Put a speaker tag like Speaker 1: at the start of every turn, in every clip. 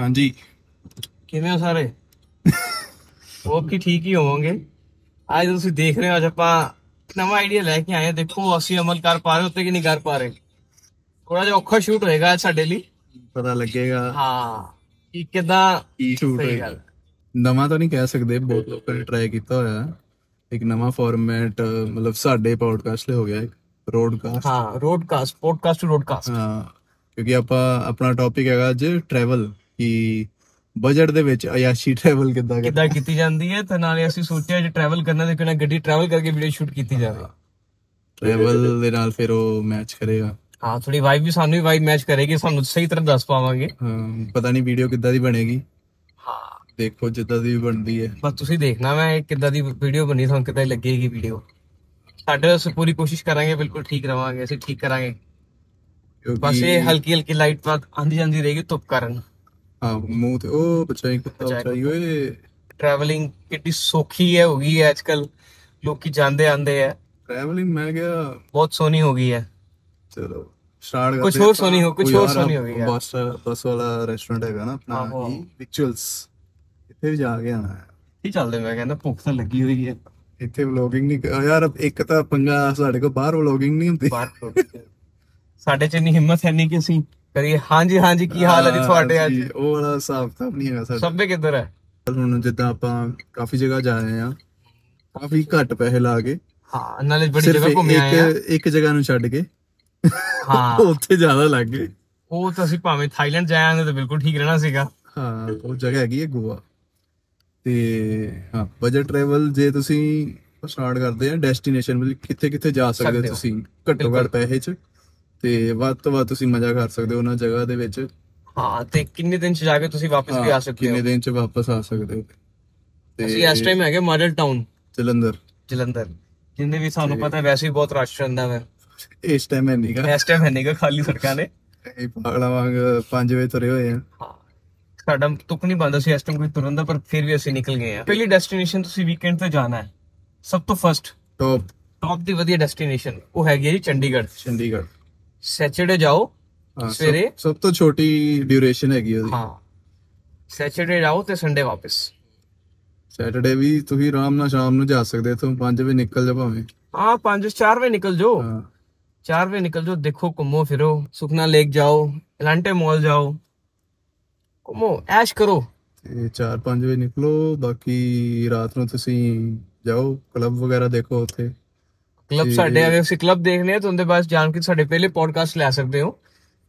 Speaker 1: ਹਾਂਜੀ
Speaker 2: ਕਿਵੇਂ ਹੋ ਸਾਰੇ ਹੋਪ ਕਿ ਠੀਕ ਹੀ ਹੋਵੋਗੇ ਅੱਜ ਤੁਸੀਂ ਦੇਖ ਰਹੇ ਹੋ ਅੱਜ ਆਪਾਂ ਨਵਾਂ ਆਈਡੀਆ ਲੈ ਕੇ ਆਏ ਹਾਂ ਦੇਖੋ ਅਸੀਂ ਅਮਲ ਕਰ ਪਾ ਰਹੇ ਉੱਤੇ ਕਿ ਨਹੀਂ ਕਰ ਪਾ ਰਹੇ ਥੋੜਾ ਜਿਹਾ ਔਖਾ ਸ਼ੂਟ ਹੋਏਗਾ ਅੱਜ ਸਾਡੇ ਲਈ
Speaker 1: ਪਤਾ ਲੱਗੇਗਾ
Speaker 2: ਹਾਂ ਕਿ ਕਿਦਾਂ
Speaker 1: ਕੀ ਸ਼ੂਟ
Speaker 2: ਸਹੀ
Speaker 1: ਹੋਏਗਾ
Speaker 2: ਗੱਲ
Speaker 1: ਨਵਾਂ ਤਾਂ ਨਹੀਂ ਕਹਿ ਸਕਦੇ ਬਹੁਤ ਲੋਕਾਂ ਨੇ ਟਰਾਈ ਕੀਤਾ ਹੋਇਆ ਇੱਕ ਨਵਾਂ ਫਾਰਮੈਟ ਮਤਲਬ ਸਾਡੇ ਪੌਡਕਾਸਟ ਲਈ ਹੋ ਗਿਆ ਇੱਕ ਰੋਡਕਾਸਟ
Speaker 2: ਹਾਂ ਰੋਡਕਾਸਟ ਪੋਡਕਾਸਟ ਟੂ ਰੋਡਕਾਸਟ
Speaker 1: ਹਾਂ ਕਿਉਂਕਿ ਆਪਾਂ ਆਪਣਾ ਟੌਪਿਕ ਹੈਗਾ ਅੱਜ ਟਰੈਵਲ ਕਿ ਬਜਟ ਦੇ ਵਿੱਚ ਅਯਾਸ਼ੀ ਟਰੈਵਲ ਕਿੱਦਾਂ ਕਰ
Speaker 2: ਕਿੱਦਾਂ ਕੀਤੀ ਜਾਂਦੀ ਹੈ ਤੇ ਨਾਲੇ ਅਸੀਂ ਸੋਚਿਆ ਜੇ ਟਰੈਵਲ ਕਰਨਾ ਤੇ ਕਿਹਨਾਂ ਗੱਡੀ ਟਰੈਵਲ ਕਰਕੇ ਵੀਡੀਓ ਸ਼ੂਟ ਕੀਤੀ ਜਾਵੇ
Speaker 1: ਟਰੈਵਲ ਦੇ ਨਾਲ ਫਿਰ ਉਹ ਮੈਚ ਕਰੇਗਾ
Speaker 2: ਹਾਂ ਥੋੜੀ ਵਾਈਬ ਵੀ ਸਾਨੂੰ ਵੀ ਵਾਈਬ ਮੈਚ ਕਰੇਗੀ ਸਾਨੂੰ ਸਹੀ ਤਰ੍ਹਾਂ ਦੱਸ ਪਾਵਾਂਗੇ
Speaker 1: ਹਾਂ, ਪਤਾ ਨਹੀਂ ਵੀਡੀਓ ਕਿੱਦਾਂ ਦੀ ਬਣੇਗੀ
Speaker 2: ਹਾਂ
Speaker 1: ਦੇਖੋ ਜਿੱਦਾਂ ਦੀ ਵੀ ਬਣਦੀ ਹੈ
Speaker 2: ਬਸ ਤੁਸੀਂ ਦੇਖਣਾ ਮੈਂ ਇਹ ਕਿੱਦਾਂ ਦੀ ਵੀਡੀਓ ਬਣੀ ਤੁਹਾਨੂੰ ਕਿੱਦਾਂ ਦੀ ਲੱਗੇਗੀ ਵੀਡੀਓ ਸਾਡੇ ਅਸੀਂ ਪੂਰੀ ਕੋਸ਼ਿਸ਼ ਕਰਾਂਗੇ ਬਿਲਕੁਲ ਠੀਕ ਰਵਾਂਗੇ ਅਸੀਂ ਠੀਕ ਕਰਾਂਗੇ ਬਸ ਇਹ
Speaker 1: ਕਿਉਂਕਿ
Speaker 2: ਹਲਕੀ ਹਲਕੀ ਲਾਈਟ ਪਾਕ ਆਂਦੀ ਜਾਂਦੀ ਰਹੇਗੀ ਧੁੱਪ ਕਾਰਨ
Speaker 1: ਹਾਂ ਮੂੰਹ ਤੇ ਉਹ ਬਚਾਈ ਕੁੱਤਾ
Speaker 2: ਬਚਾਈ
Speaker 1: ਬਚਾਈ ਓਏ
Speaker 2: ਟਰੈਵਲਿੰਗ ਕਿੰਨੀ ਸੌਖੀ ਹੈ ਹੋ ਗਈ ਹੈ ਅੱਜਕੱਲ ਲੋਕੀ ਜਾਂਦੇ ਆਂਦੇ ਹੈ
Speaker 1: ਟਰੈਵਲਿੰਗ ਮੈਂ ਕਿਹਾ
Speaker 2: ਬਹੁਤ ਸੋਹਣੀ ਹੋ ਗਈ ਹੈ
Speaker 1: ਚਲੋ ਸਟਾਰਟ ਕਰਦੇ
Speaker 2: ਕੁਛ ਹੋਰ ਸੁਣੀ ਹੋ- ਕੁਛ ਹੋਰ ਸੁਣੀ ਹੋਗੀ ਯਾਰ।
Speaker 1: ਬਸ ਬਸ ਵਾਲਾ ਰੈਸਟੋਰੈਂਟ ਹੈਗਾ ਨਾ
Speaker 2: ਆਹੋ।
Speaker 1: ਆਪਣਾ ਰਿਚੁਅਲਸ ਇੱਥੇ ਵੀ ਜਾ ਕੇ ਆਣਾ ਹੈ
Speaker 2: ਠੀਕ ਚੱਲਦੇ ਮੈਂ ਕਹਿੰਦਾ ਭੁੱਖ ਤਾਂ ਲੱਗੀ ਹੋਈ ਹੈ
Speaker 1: ਇੱਥੇ ਵਲੋਗਿੰਗ ਨਹੀਂ ਅਹ ਯਾਰ ਇੱਕ ਤਾਂ ਪੰਗਾ ਸਾਡੇ ਕੋਲ ਬਾਹਰ ਵਲੋਗਿੰਗ ਨਹੀਂ ਹੁੰਦੀ
Speaker 2: ਬਾਹਰ ਤੋਂ। ਸਾਡੇ ਚ ਇੰਨੀ ਹਿੰਮਤ ਹੈ ਨਹੀਂ ਕਿ ਅਸੀਂ ਕਰੀਏ ਹਾਂਜੀ ਹਾਂਜੀ ਕੀ ਹਾਲ ਹੈ ਜੀ ਤੁਹਾਡੇ ਅੱਜ
Speaker 1: ਅਸੀਂ ਉਹ ਵਾਲਾ ਹਿਸਾਬ ਤਾਂ ਨਹੀਂ ਹੈਗਾ ਸਾਡਾ
Speaker 2: ਸਭੇ ਕਿੱਧਰ ਹੈ
Speaker 1: ਹੁਣ ਜਿੱਦਾਂ ਆਪਾਂ ਕਾਫੀ ਜਗ੍ਹਾ ਜਾ ਰਹੇ ਆ ਕਾਫੀ ਘੱਟ ਪੈਸੇ ਲਾ ਕੇ
Speaker 2: ਹਾਂ ਨਾਲੇ ਬੜੀ
Speaker 1: ਸਿਰਫ
Speaker 2: ਜਗ੍ਹਾ ਘੁੰਮ ਆਏ ਹਾਂ
Speaker 1: ਇੱਕ ਇੱਕ ਜਗ੍ਹਾ ਨੂੰ ਛੱਡ ਕੇ
Speaker 2: ਹਾਂ
Speaker 1: ਉੱਥੇ ਜ਼ਿਆਦਾ ਲੱਗ ਗਏ
Speaker 2: ਉਹ ਤਾਂ ਅਸੀਂ ਭਾਵੇਂ ਥਾਈਲੈਂਡ ਜਾਇਆ ਹੁੰਦੇ ਤਾਂ ਬਿਲਕੁਲ ਠੀਕ ਰਹਿਣਾ ਸੀਗਾ
Speaker 1: ਹਾਂ ਉਹ ਜਗ੍ਹਾ ਹੈਗੀ ਹੈ ਗੋਆ ਤੇ ਹਾਂ ਬਜਟ ਟਰੈਵਲ ਜੇ ਤੁਸੀਂ ਸਟਾਰਟ ਕਰਦੇ ਆ ਡੈਸਟੀਨੇਸ਼ਨ ਮਤਲਬ ਕਿੱਥੇ ਕਿੱਥੇ ਜਾ ਸਕਦੇ ਹੋ
Speaker 2: ਸਕਦੇ ਹੋ।
Speaker 1: ਤੁਸੀਂ ਘੱਟੋ
Speaker 2: ਬਿਲਕੁਲ।
Speaker 1: ਘੱਟ ਪੈਸੇ 'ਚ ਤੇ ਵੱਧ ਤੋਂ ਵੱਧ ਤੁਸੀਂ ਮਜ਼ਾ ਕਰ ਸਕਦੇ ਹੋ ਉਹਨਾਂ ਜਗ੍ਹਾ ਦੇ ਵਿੱਚ
Speaker 2: ਹਾਂ ਤੇ ਕਿੰਨੇ ਦਿਨ ਚ ਜਾ ਕੇ ਤੁਸੀਂ ਵਾਪਸ ਵੀ ਆ
Speaker 1: ਹਾਂ,
Speaker 2: ਸਕਦੇ
Speaker 1: ਕਿੰਨੇ
Speaker 2: ਹੋ
Speaker 1: ਦਿਨ 'ਚ ਵਾਪਸ ਆ ਸਕਦੇ ਹੋ
Speaker 2: ਅਸੀਂ ਇਸ ਟਾਈਮ ਹੈਗੇ ਮਾਡਲ ਟਾਊਨ
Speaker 1: ਜਲੰਧਰ
Speaker 2: ਜਲੰਧਰ ਜਿੰਨੇ ਵੀ ਸਾਨੂੰ ਪਤਾ ਵੈਸੇ ਹੀ ਬਹੁਤ ਰਸ਼ ਰਹਿੰਦਾ ਵੈ
Speaker 1: ਇਸ ਟਾਈਮ ਹੈ ਨੀਗਾ
Speaker 2: ਇਸ ਟਾਈਮ ਹੈ ਨਹੀਂਗਾ ਖਾਲੀ ਸੜਕਾਂ ਨੇ
Speaker 1: ਇਹ ਪਾਗਲਾਂ ਵਾਂਗ 5 ਵਜੇ ਤੁਰੇ ਹੋਏ ਆ
Speaker 2: ਹਾਂ ਸਾਡਾ ਤੁਕ ਨਹੀਂ ਬੰਦਾ ਸੀ ਇਸ ਟਾਈਮ ਕੋਈ ਤੁਰਨ ਦਾ ਪਰ ਫਿਰ ਵੀ ਅਸੀਂ ਨਿਕਲ ਗਏ ਆ ਪਹਿਲੀ ਡੈਸਟੀਨੇਸ਼ਨ ਤੁਸੀਂ ਵੀਕਐਂਡ ਤੇ ਜਾਣਾ ਹੈ ਸਭ ਤੋਂ ਫਰਸਟ
Speaker 1: ਟੌਪ
Speaker 2: ਟੌਪ ਦੀ ਵਧੀਆ ਡੈਸਟੀਨੇਸ਼ਨ ਉਹ ਹੈਗੀ ਹੈ ਜੀ ਚੰਡੀਗੜ੍ਹ
Speaker 1: ਚੰਡੀਗੜ੍ਹ
Speaker 2: ਸੈਚਰਡੇ ਜਾਓ
Speaker 1: ਹਾਂ, ਸਭ-
Speaker 2: ਸਵੇਰੇ?
Speaker 1: ਸਭ ਤੋਂ ਛੋਟੀ ਡਿਊਰੇਸ਼ਨ ਹੈਗੀ ਉਹਦੀ
Speaker 2: ਹਾਂ ਸੈਚਰਡੇ ਜਾਓ ਤੇ ਸੰਡੇ ਵਾਪਸ
Speaker 1: ਸੈਟਰਡੇ ਵੀ ਤੁਸੀਂ ਆਰਾਮ ਨਾਲ ਸ਼ਾਮ ਨੂੰ ਜਾ ਸਕਦੇ ਹੋ ਇੱਥੋਂ 5 ਵਜੇ ਨਿਕਲ ਜਾ ਭਾਵੇਂ
Speaker 2: ਹਾਂ 5 4 ਵਜੇ ਨਿਕਲ ਜਾਓ
Speaker 1: ਹਾਂ
Speaker 2: ਚਾਰ ਵਜੇ ਨਿਕਲ ਜਾਓ ਦੇਖੋ ਘੁੰਮੋ ਫਿਰੋ ਸੁਖਨਾ ਲੇਕ ਜਾਓ ਐਲਾਂਟੇ ਮਾਲ ਜਾਓ ਘੁੰਮੋ ਐਸ਼ ਕਰੋ
Speaker 1: ਤੇ 4-5 ਵਜੇ ਨਿਕਲੋ ਬਾਕੀ ਰਾਤ ਨੂੰ ਤੁਸੀਂ ਜਾਓ ਕਲੱਬ ਵਗੈਰਾ ਦੇਖੋ ਉੱਥੇ
Speaker 2: ਕਲੱਬ
Speaker 1: ਜੀ।
Speaker 2: ਸਾਡੇ ਅਗਰ ਤੁਸੀਂ ਕਲੱਬ ਦੇਖਨੇ ਆ ਤਾਂ ਉਹਦੇ ਬਾਅਦ ਜਾਣ ਕੇ ਸਾਡੇ ਪਹਿਲੇ ਪੋਡਕਾਸਟ ਲੈ ਸਕਦੇ ਹੋ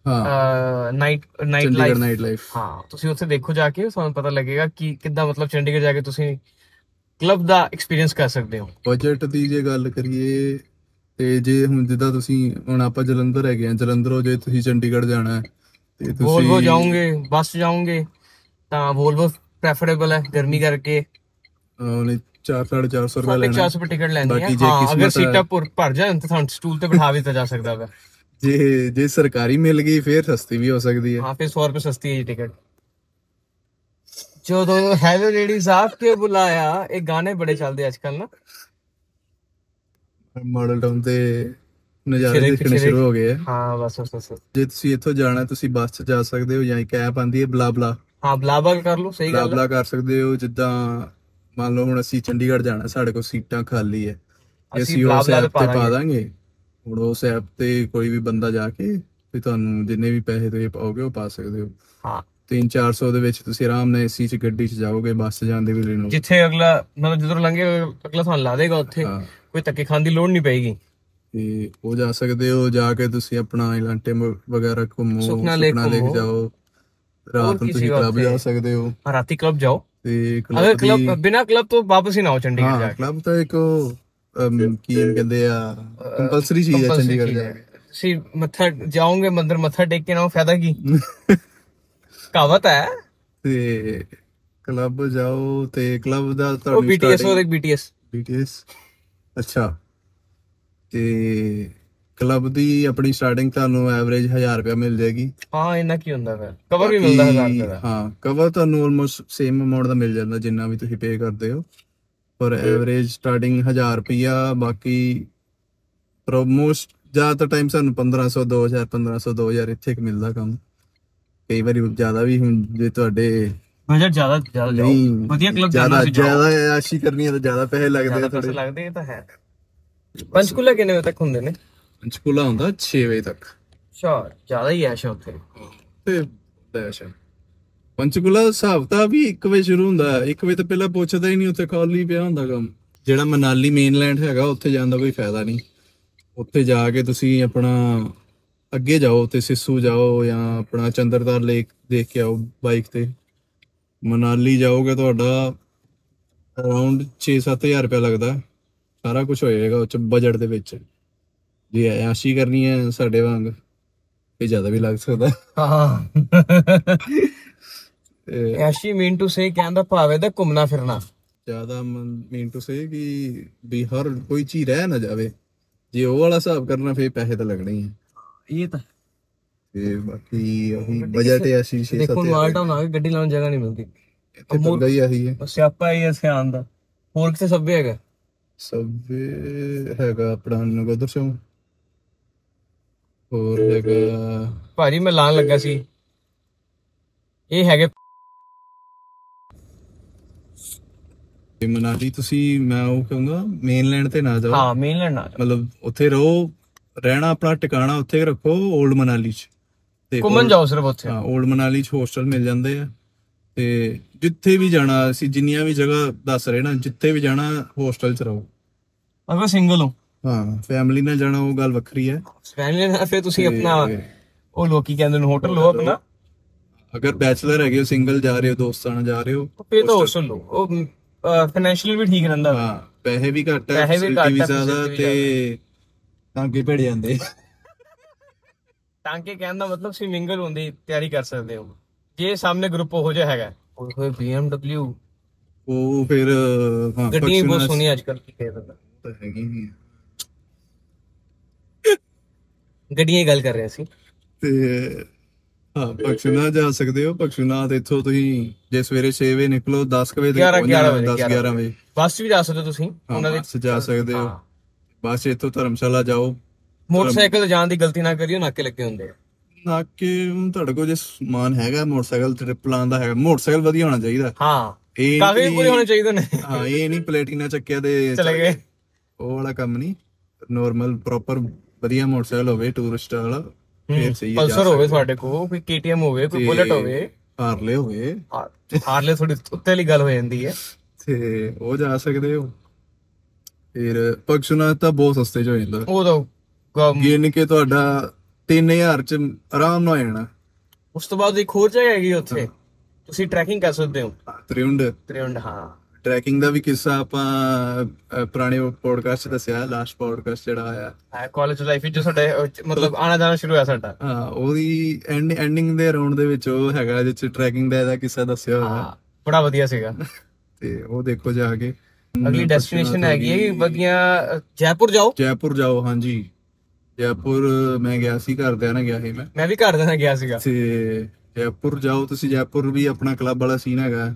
Speaker 1: ਹਾਂ
Speaker 2: night night
Speaker 1: Chandigarh
Speaker 2: life
Speaker 1: night life
Speaker 2: ਹਾਂ ਤੁਸੀਂ ਉੱਥੇ ਦੇਖੋ ਜਾ ਕੇ ਤੁਹਾਨੂੰ ਪਤਾ ਲੱਗੇਗਾ ਕਿ ਕਿੱਦਾਂ ਮਤਲਬ ਚੰਡੀਗੜ੍ਹ ਜਾ ਕੇ ਤੁਸੀਂ ਕਲੱਬ ਦਾ ਐਕਸਪੀਰੀਅੰਸ ਕਰ ਸਕਦੇ ਹੋ
Speaker 1: ਬਜਟ ਦੀ ਜੇ ਗੱਲ ਕਰੀਏ ਤੇ ਜੇ ਹੁਣ ਜਿੱਦਾਂ ਤੁਸੀਂ ਹੁਣ ਆਪਾਂ ਜਲੰਧਰ ਹੈਗੇ ਆ ਜਲੰਧਰੋਂ ਜੇ ਤੁਸੀਂ ਚੰਡੀਗੜ੍ਹ ਜਾਣਾ ਹੈ ਤੇ
Speaker 2: ਵੋਲਵੋ
Speaker 1: ਤੁਸੀਂ
Speaker 2: ਜਾਓਗੇ ਬੱਸ ਜਾਓਗੇ ਤਾਂ ਵੋਲਵੋ ਪ੍ਰੈਫਰੇਬਲ ਹੈ ਗਰਮੀ ਕਰਕੇ
Speaker 1: ਉਹਨੇ 4-450 ਰੁਪਏ
Speaker 2: ਸਾਢੇ
Speaker 1: ਲੈਣਾ
Speaker 2: 400 ਰੁਪਏ ਟਿਕਟ ਲੈਂਦੀ ਹੈ
Speaker 1: ਬਾਕੀ ਜੇ
Speaker 2: ਹਾਂ ਅਗਰ
Speaker 1: ਕਿਸਮਤ ਹੈ-
Speaker 2: ਸੀਟਾਂ ਭੁਰ- ਭਰ ਜਾਣ ਤਾਂ ਤੁਹਾਨੂੰ ਸਟੂਲ ਤੇ ਬਿਠਾ ਵੀ ਦਿੱਤਾ ਜਾ ਸਕਦਾ ਹੈ
Speaker 1: ਜੇ ਜੇ ਸਰਕਾਰੀ ਮਿਲ ਗਈ ਫੇਰ ਸਸਤੀ ਵੀ ਹੋ ਸਕਦੀ ਹੈ
Speaker 2: हाँ फिर सौ रुपए सस्ती है ये टिकट जो दोनों हैवे लेडी साहब के बुलाया एक गाने बड़े चलते आजकल ना
Speaker 1: ਮਾਡਲ ਟਾਊਨ ਤੇ ਨਜ਼ਾਰੇ
Speaker 2: ਖਿੜੇ-
Speaker 1: ਦੇਖਣੇ
Speaker 2: ਖਿੜੇ-
Speaker 1: ਸ਼ੁਰੂ ਹੋ ਗਏ ਆ
Speaker 2: हाँ बस बस बस बस।
Speaker 1: ਜੇ ਤੁਸੀਂ ਇੱਥੋਂ ਜਾਣਾ ਤੁਸੀਂ ਬੱਸ 'ਚ ਜਾ ਸਕਦੇ ਹੋ ਜਾਂ ਇੱਕ ਐਪ ਆਂਦੀ ਹੈ ਬਲਾਬਲਾ
Speaker 2: हाँ बुलावा कर लो सही गल है।
Speaker 1: ਮੁਕਾਬਲਾ ਕਰ ਸਕਦੇ ਹੋ ਜਿੱਦਾਂ ਮੰਨ ਲਓ ਹੁਣ ਅਸੀਂ ਚੰਡੀਗੜ੍ਹ ਜਾਣਾ ਸਾਡੇ ਕੋਲ ਸੀਟਾਂ ਖਾਲੀ ਹੈ ਤੇ
Speaker 2: ਅਸੀਂ
Speaker 1: ਅਸੀਂ ਉਸ
Speaker 2: ਬਲਾਬਲਾ
Speaker 1: ਐਪ ਤੇ
Speaker 2: ਤੇ
Speaker 1: ਪਾ ਦਾਂਗੇ ਹੁਣ ਉਸ ਐਪ ਤੇ ਕੋਈ ਵੀ ਬੰਦਾ ਜਾ ਕੇ ਵੀ ਤੁਹਾਨੂੰ ਜਿੰਨੇ ਵੀ ਪੈਸੇ ਤੁਸੀਂ ਪਾਓਗੇ ਉਹ ਪਾ ਸਕਦੇ ਹੋ
Speaker 2: हाँ
Speaker 1: 3-400 ਦੇ ਵਿੱਚ ਤੁਸੀਂ ਆਰਾਮ ਨਾਲ ਏਸੀ 'ਚ ਗੱਡੀ 'ਚ ਜਾਓਗੇ ਬੱਸ 'ਚ ਜਾਂਦੇ ਵੀ ਲੈਣੋ
Speaker 2: जिथे अगला मतलब जिधर लंघे अगला थान ला देगा उत्थे
Speaker 1: ਹਾਂ
Speaker 2: कोई धक्के खान दी लोड नहीं पेगी
Speaker 1: ਤੇ ਉਹ ਜਾ ਸਕਦੇ ਹੋ ਜਾ ਕੇ ਤੁਸੀਂ ਆਪਣਾ ਇਲਾਂਟੇ ਮ- ਵਗੈਰਾ ਘੁੰਮੋ
Speaker 2: ਸੁਖਨਾ ਲੇਕ ਘੁੰਮੋ।
Speaker 1: ਜਾਓ ਰਾਤ ਨੂੰ
Speaker 2: ਕੀ
Speaker 1: ਤੁਸੀਂ
Speaker 2: ਸੀਗਾ
Speaker 1: ਕਲੱਬ ਜਾ
Speaker 2: ਉੱਥੇ?
Speaker 1: ਸਕਦੇ ਹੋ
Speaker 2: हाँ, राती क्लब जाओ
Speaker 1: ਤੇ
Speaker 2: अगर
Speaker 1: club ਦੀ-
Speaker 2: क्लब बिना क्लब तो वापस ही ना हो चंडीगढ़
Speaker 1: ਹਾਂ
Speaker 2: जाके
Speaker 1: ਕਲੱਬ ਤਾਂ ਇੱਕ ਉਹ, ਅਮ, ਕੀ ਇਹਨੂੰ ਕਹਿੰਦੇ ਆ ਕੰਪਲਸਰੀ ਚੀਜ਼ ਹੈ ਚੰਡੀਗੜ੍ਹ ਜਾ ਕੇ
Speaker 2: सी मत्था जाओगे मंदिर मत्था टेक के ना हो, फायदा की कहावत है
Speaker 1: ਤੇ ਕਲੱਬ ਜਾਓ ਤੇ ਕਲੱਬ ਦਾ
Speaker 2: वो
Speaker 1: ਤੁਹਾਨੂੰ
Speaker 2: बीटीएस और एक बीटीएस
Speaker 1: BTS ਅੱਛਾ ਤੇ ਕਲੱਬ ਦੀ ਆਪਣੀ ਸਟਾਰਟਿੰਗ ਤੁਹਾਨੂੰ ਐਵਰੇਜ 1000 ਰੁਪਏ ਮਿਲ ਜਾਏਗੀ
Speaker 2: ਹਾਂ ਇੰਨਾ ਕੀ ਹੁੰਦਾ ਫਿਰ ਕਵਰ ਵੀ ਮਿਲਦਾ 1000 ਰੁਪਏ ਦਾ
Speaker 1: ਹਾਂ ਕਵਰ ਤੁਹਾਨੂੰ ਆਲਮੋਸਟ ਸੇਮ ਅਮਾਉਂਟ ਦਾ ਮਿਲ ਜਾਂਦਾ ਜਿੰਨਾ ਵੀ ਤੁਸੀਂ ਪੇ ਕਰਦੇ ਹੋ ਪਰ ਐਵਰੇਜ ਸਟਾਰਟਿੰਗ 1000 ਰੁਪਿਆ ਬਾਕੀ ਪ੍ਰੋਮੋਸਟ ਜ਼ਿਆਦਾਤਰ ਟਾਈਮ ਸਾਨੂੰ 1500 2000 1500 2000 ਇੱਥੇ ਇੱਕ ਮਿਲਦਾ ਕੰਮ ਕਈ ਵਾਰੀ ਜ਼ਿਆਦਾ ਵੀ ਹੁਣ ਜੇ ਤੁਹਾਡੇ
Speaker 2: ਬਜਟ ਜ਼ਿਆਦਾ ਜ਼ਿਆਦਾ ਜਾਓ
Speaker 1: ਨਹੀਂ
Speaker 2: ਵਧੀਆ ਕਲੱਬ
Speaker 1: ਜ਼ਿਆਦਾ
Speaker 2: ਜਾਣਾ ਸੀ ਜਾਓ
Speaker 1: ਜ਼ਿਆਦਾ ਆਸ਼ੀ ਕਰਨੀ ਹੈ ਤਾਂ ਜ਼ਿਆਦਾ ਪੈਸੇ ਲੱਗਦੇ
Speaker 2: ਜ਼ਿਆਦਾ
Speaker 1: ਆ
Speaker 2: ਪੈਸੇ
Speaker 1: ਤੁਹਾਡੇ
Speaker 2: ਲੱਗਦੇ ਇਹ ਤਾਂ ਹੈ ਪੰਚਕੂਲਾ ਕਿੰਨੇ ਵਜੇ ਤੱਕ ਹੁੰਦੇ ਨੇ
Speaker 1: ਪੰਚਕੂਲਾ ਹੁੰਦਾ 6 ਵਜੇ ਤੱਕ
Speaker 2: ਸ਼ੋਰ ਜ਼ਿਆਦਾ ਹੀ ਐਸ਼ ਉੱਥੇ
Speaker 1: ਤੇ ਦਰਸ਼ਨ ਪੰਚਕੂਲਾ ਦਾ ਹਿਸਾਬ ਤਾਂ ਵੀ 1 ਵਜੇ ਸ਼ੁਰੂ ਹੁੰਦਾ 1 ਵਜੇ ਤੋਂ ਪਹਿਲਾਂ ਪੁੱਛਦਾ ਹੀ ਨਹੀਂ ਉੱਥੇ ਖਾਲੀ ਪਿਆ ਹੁੰਦਾ ਕੰਮ ਜਿਹੜਾ ਮਨਾਲੀ ਮੇਨਲੈਂਡ ਹੈਗਾ ਉੱਥੇ ਜਾਣ ਦਾ ਕੋਈ ਫਾਇਦਾ ਨਹੀਂ ਉੱਥੇ ਜਾ ਕੇ ਤੁਸੀਂ ਆਪਣਾ ਅੱਗੇ ਜਾਓ ਤੇ ਸਿੱਸੂ ਜਾਓ ਜਾਂ ਆਪਣਾ ਚੰਦਰਦਾਰ ਲੇਕ ਦੇਖ ਕੇ ਆਓ ਬਾਈਕ ਤੇ ਮਨਾਲੀ ਜਾਓਗੇ ਤੁਹਾਡਾ ਅਰਾਊਂਡ 6-7000 ਰੁਪਏ ਲੱਗਦਾ ਸਾਰਾ ਕੁਝ ਹੋਏਗਾ ਉਹ ਚ ਬਜਟ ਦੇ ਵਿੱਚ ਜੇ ਆਸ਼ੀ ਕਰਨੀ ਹੈ ਸਾਡੇ ਵਾਂਗ ਇਹ ਜ਼ਿਆਦਾ ਵੀ ਲੱਗ ਸਕਦਾ
Speaker 2: ਹਾਂ
Speaker 1: ਤੇ
Speaker 2: ਐਸ਼ੀ ਮੀਨ ਟੂ ਸੇ ਕਹਿੰਦਾ ਭਾਵੇਂ ਦਾ ਘੁੰਮਣਾ ਫਿਰਨਾ
Speaker 1: ਜਿਆਦਾ ਮੀਨ ਟੂ ਸੇ ਕਿ ਵੀ ਹਰ ਕੋਈ ਚੀਜ਼ ਰਹਿ ਨਾ ਜਾਵੇ ਜੇ ਉਹ ਵਾਲਾ ਹਿਸਾਬ ਕਰਨਾ ਫੇਰ ਪੈਸੇ ਤਾਂ ਲੱਗਣੇ ਹੀ ਆ
Speaker 2: ਇਹ ਤਾਂ
Speaker 1: ਤੇ ਬਾਕੀ ਉਹੀ ਬਜਟ ਹੈ ਅਸੀਂ 6
Speaker 2: ਦੇਖੋ ਮਾਲਟਾ ਹੁਣ ਆ ਕੇ ਗੱਡੀ ਲਾਉਣ ਨੂੰ ਜਗ੍ਹਾ ਨਹੀਂ ਮਿਲਦੀ
Speaker 1: ਇੱਥੇ ਪੰਗਾ ਹੀ ਆਹੀ ਹੈ
Speaker 2: ਬਸ ਸਿਆਪਾ ਹੀ ਐਸੇ ਆਂਦਾ ਹੋਰ ਕਿਤੇ ਸੱਭੇ ਹੈਗਾ
Speaker 1: ਸਭ ਹੈਗਾ ਆਪਣਾ ਨਗੋਦਰ ਸਿੰਘ ਹੋਰ ਹੈਗਾ
Speaker 2: ਭਾਜੀ ਮੈਂ ਲਾਣ ਲੱਗਾ ਸੀ ਇਹ ਹੈਗੇ
Speaker 1: ਤੇ ਮਨਾਲੀ ਤੁਸੀਂ ਮੈਂ ਉਹ ਕਹੂੰਗਾ ਮੇਨਲੈਂਡ ਤੇ ਨਾ ਜਾਓ
Speaker 2: ਹਾਂ ਮੇਨਲੈਂਡ ਨਾਲ
Speaker 1: ਮਤਲਬ ਉੱਥੇ ਰਹੋ ਰਹਿਣਾ ਆਪਣਾ ਟਿਕਾਣਾ ਉੱਥੇ ਰੱਖੋ 올ਡ ਮਨਾਲੀ ਚ ਤੇ
Speaker 2: ਘੁੰਮਣ ਜਾਓ ਸਿਰਫ ਉੱਥੇ
Speaker 1: ਹਾਂ 올ਡ ਮਨਾਲੀ ਚ ਹੋਸਟਲ ਮਿਲ ਜਾਂਦੇ ਆ ਤੇ ਜਿੱਥੇ ਵੀ ਜਾਣਾ ਅਸੀਂ ਜਿੰਨੀਆਂ ਵੀ ਜਗ੍ਹਾ ਦੱਸ ਰਹੇ ਨਾ ਜਿੱਥੇ ਵੀ ਜਾਣਾ ਹੋਸਟਲ ਚ ਰਹੋ
Speaker 2: ਅਗਰ ਸਿੰਗਲ ਹੋ
Speaker 1: ਹਾਂ ਫੈਮਿਲੀ ਨਾਲ ਜਾਣਾ ਉਹ ਗੱਲ ਵੱਖਰੀ ਹੈ
Speaker 2: ਫੈਮਿਲੀ ਨਾਲ ਫਿਰ ਤੁਸੀਂ ਆਪਣਾ
Speaker 1: ਤੇ
Speaker 2: ਉਹ ਲੋਕੀ ਕਹਿੰਦੇ ਨੇ ਹੋਟਲ ਲਓ ਆਪਣਾ
Speaker 1: ਅਗਰ ਬੈਚਲਰ ਹੈਗੇ ਹੋ ਸਿੰਗਲ ਜਾ ਰਹੇ ਹੋ ਦੋਸਤਾਂ ਨਾਲ ਜਾ ਰਹੇ ਹੋ
Speaker 2: ਫਿਰ ਤਾਂ ਹੋਸਟਲ ਲਓ ਉਹ ਫਾਈਨੈਂਸ਼ੀਅਲੀ ਵੀ ਠੀਕ ਰਹਿੰਦਾ ਵਾ।
Speaker 1: ਹਾਂ ਪੈਸੇ ਵੀ ਘੱਟ ਹੈ
Speaker 2: ਪੈਸੇ ਵੀ
Speaker 1: facility
Speaker 2: ਘੱਟ ਹੈ,
Speaker 1: ਜ਼ਿਆਦਾ
Speaker 2: facility ਵੀ
Speaker 1: ਤੇ ਟਾਂਗੇ ਭੇੜ ਜਾਂਦੇ
Speaker 2: ਤਾਂ ਕਿ ਕਹਿਣ ਦਾ ਮਤਲਬ ਸੀ ਮਿੰਗਲ ਹੋਣ ਦੀ ਤਿਆਰੀ ਕਰ ਸਕਦੇ ਹੋ ਜੇ ਸਾਹਮਣੇ ਗਰੁੱਪ ਉਹ ਜਿਹਾ ਹੈਗਾ ਉਹ BMW
Speaker 1: ਉਹ ਫਿਰ ਹਾਂ
Speaker 2: ਗੱਡੀਆਂ ਵੀ ਬਹੁਤ
Speaker 1: functional
Speaker 2: ਸੋਹਣੀਆਂ ਅੱਜ ਕੱਲ ਕੀ ਕਹਿ ਦਿੰਦਾ
Speaker 1: ਤਾਂ ਹੈਗੀ ਨਹੀਂ ਹੈ।
Speaker 2: ਗੱਡੀਆਂ ਦੀ ਗੱਲ ਕਰ ਰਿਹਾ ਸੀ
Speaker 1: ਤੇ ਹਾਂ ਪਕਸ਼ਨਾ ਜਾ ਸਕਦੇ ਹੋ ਪਕਸ਼ਨਾ ਤੇ ਇੱਥੋਂ ਤੁਸੀਂ ਜੇ ਸਵੇਰੇ 6 ਵਜੇ ਨਿਕਲੋ 10 ਕੁ ਵਜੇ ਤੱਕ
Speaker 2: 11
Speaker 1: ਪਹੁੰਚ ਜਾਣਾ,
Speaker 2: 11
Speaker 1: 10 11 ਵਜੇ
Speaker 2: ਬੱਸ 'ਚ ਵੀ ਜਾ ਸਕਦੇ ਹੋ ਤੁਸੀਂ ਉਹਨਾਂ ਦੇ
Speaker 1: ਉਹਨਾਂ ਦੇ ਜਾ ਸਕਦੇ ਹੋ
Speaker 2: ਹਾਂ।
Speaker 1: ਬਸ ਇੱਥੋਂ ਧਰਮਸ਼ਾਲਾ ਜਾਓ
Speaker 2: ਮੋਟਰਸਾਈਕਲ ਤੇ ਜਾਣ ਦੀ ਗਲਤੀ ਨਾ ਕਰਿਓ ਨਾਕੇ ਲੱਗੇ ਹੁੰਦੇ ਆ
Speaker 1: ਨਾ ਕਿ ਹੁਣ ਤੁਹਾਡੇ ਕੋਲ ਜੇ ਸਮਾਨ ਹੈਗਾ ਮੋਟਰਸਾਈਕਲ ਤੇ ਪਲਾਨ ਦਾ ਹੈਗਾ ਮੋਟਰਸਾਈਕਲ ਵਧੀਆ ਹੋਣਾ ਚਾਹੀਦਾ
Speaker 2: ਹਾਂ
Speaker 1: ਇਹ ਨੀ
Speaker 2: ਕਾਫੀ
Speaker 1: ਕਿ-
Speaker 2: ਪੂਰੇ ਹੋਣੇ ਚਾਹੀਦੇ ਨੇ
Speaker 1: ਹਾਂ ਇਹ ਨਹੀਂ ਪਲੇਟੀਨਾ ਚੱਕਿਆ ਤੇ
Speaker 2: ਚਲੇ ਗਏ
Speaker 1: ਉਹ ਵਾਲਾ ਕੰਮ ਨਹੀਂ ਨੋਰਮਲ ਪ੍ਰੋਪਰ ਵਧੀਆ ਮੋਟਰਸਾਈਕਲ ਹੋਵੇ ਟੂਰਿਸਟ ਵਾਲਾ ਫੇਰ ਸਹੀ ਹੈ
Speaker 2: ਪਲਸਰ ਹੋਵੇ ਤੁਹਾਡੇ ਕੋਲ ਕੋਈ KTM ਹੋਵੇ ਕੋਈ ਬੁਲਟ ਹੋਵੇ
Speaker 1: ਹਾਰਲੇ ਹੋਵੇ
Speaker 2: ਹਾਰਲੇ ਥੋੜੀ ਉੱਤੇ ਵਾਲੀ ਗੱਲ ਹੋ ਜਾਂਦੀ ਹੈ
Speaker 1: ਤੇ ਉਹ ਜਾ ਸਕਦੇ ਹੋ ਫਿਰ ਪਕਸ਼ਨਾ ਤਾਂ ਬਹੁਤ ਸਸਤੇ ਚ ਹੋ ਜਾਂਦਾ
Speaker 2: ਉਹ ਤਾਂ ਗਮ-
Speaker 1: ਗਿਣ ਕੇ ਤੁਹਾਡਾ 3000 ਚ ਆਰਾਮ ਨਾਲ ਹੋ ਜਾਣਾ
Speaker 2: ਉਸ ਤੋਂ ਬਾਅਦ ਇੱਕ ਹੋਰ ਜਗ੍ਹਾ ਹੈਗੀ ਉੱਥੇ ਤੁਸੀਂ ਟਰੈਕਿੰਗ ਕਰ ਸਕਦੇ ਹੋ
Speaker 1: ਤ੍ਰਿਉਂਡ
Speaker 2: ਤ੍ਰਿਉਂਡ ਹਾਂ
Speaker 1: ਟਰੈਕਿੰਗ ਦਾ ਵੀ ਕਿੱਸਾ ਆਪਾਂ ਅਹ, ਪੁਰਾਣੇ ਪੋਡਕਾਸਟ ਦੱਸਿਆ ਲਾਸਟ ਪੋਡਕਾਸਟ ਜਿਹੜਾ ਆਇਆ
Speaker 2: ਕਾਲਜ ਲਾਈਫ ਵਿੱਚ ਸਾਡੇ ਅਹ, ਚ- ਮਤਲਬ ਆਣਾ ਜਾਣਾ ਸ਼ੁਰੂ ਹੋਇਆ ਸਾਡਾ
Speaker 1: ਹਾਂ ਉਹਦੀ ਐਂਡ ਐਂਡਿੰਗ ਦੇ ਰਾਉਂਡ ਦੇ ਵਿੱਚ ਉਹ ਹੈਗਾ ਜਿਸ ਚ ਟਰੈਕਿੰਗ ਦਾ ਇਹਦਾ ਕਿੱਸਾ ਦੱਸਿਆ ਹੋਇਆ
Speaker 2: ਹਾਂ ਬੜਾ ਵਧੀਆ ਸੀਗਾ
Speaker 1: ਤੇ ਉਹ ਦੇਖੋ ਜਾ ਕੇ
Speaker 2: ਅਗਲੀ ਡੈਸਟੀਨੇਸ਼ਨ ਹੈਗੀ ਹੈ ਵਧੀਆ ਅਹ, ਜੈਪੁਰ ਜਾਓ
Speaker 1: ਜੈਪੁਰ ਜਾਓ ਹਾਂਜੀ ਜੈਪੁਰ ਮੈਂ ਗਿਆ ਸੀ ਘਰਦਿਆਂ ਨਾਲ ਗਿਆ ਸੀ ਮੈਂ
Speaker 2: ਮੈਂ ਵੀ ਘਰ ਦੇ ਨਾਲ ਗਿਆ ਸੀਗਾ
Speaker 1: ਤੇ ਜੈਪੁਰ ਜਾਓ ਤੁਸੀਂ ਜੈਪੁਰ ਵੀ ਆਪਣਾ ਕਲੱਬ ਵਾਲਾ ਸੀਨ ਹੈਗਾ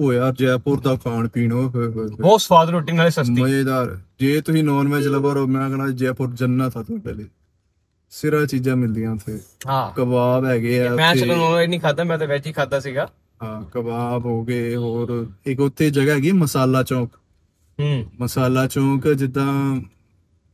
Speaker 1: ਉਹ ਯਾਰ ਜੈਪੁਰ ਦਾ ਖਾਣ ਪੀਣ ਉਹ ਹੋਏ ਹੋਏ ਹੋਏ।
Speaker 2: ਬਹੁਤ ਸਵਾਦ ਰੋਟੀ ਨਾਲੇ ਸਸਤੀ
Speaker 1: ਮਜ਼ੇਦਾਰ ਜੇ ਤੁਸੀਂ ਨਾਨ ਵੈਜ ਲਵਰ ਹੋ ਮੈਂ ਕਹਣਾ ਜੈਪੁਰ ਜੰਨਤ ਆ ਤੁਹਾਡੇ ਲਈ ਸਿਰਾ ਚੀਜ਼ਾਂ ਮਿਲਦੀਆਂ ਉੱਥੇ
Speaker 2: ਹਾਂ
Speaker 1: ਕਬਾਬ ਹੈਗੇ ਆ
Speaker 2: ਮੈਂ
Speaker 1: ਉੱਥੇ।
Speaker 2: ਚਲੋ ਨੋਨ ਨਹੀਂ ਖਾਦਾ ਮੈਂ ਤਾਂ ਵੈਜ ਹੀ ਖਾਦਾ ਸੀਗਾ
Speaker 1: ਹਾਂ ਕਬਾਬ ਹੋ ਗਏ ਹੋਰ ਇੱਕ ਉੱਥੇ ਜਗ੍ਹਾ ਹੈਗੀ ਮਸਾਲਾ ਚੌਂਕ
Speaker 2: ਹੂੰ
Speaker 1: ਮਸਾਲਾ ਚੌਂਕ ਜਿੱਦਾਂ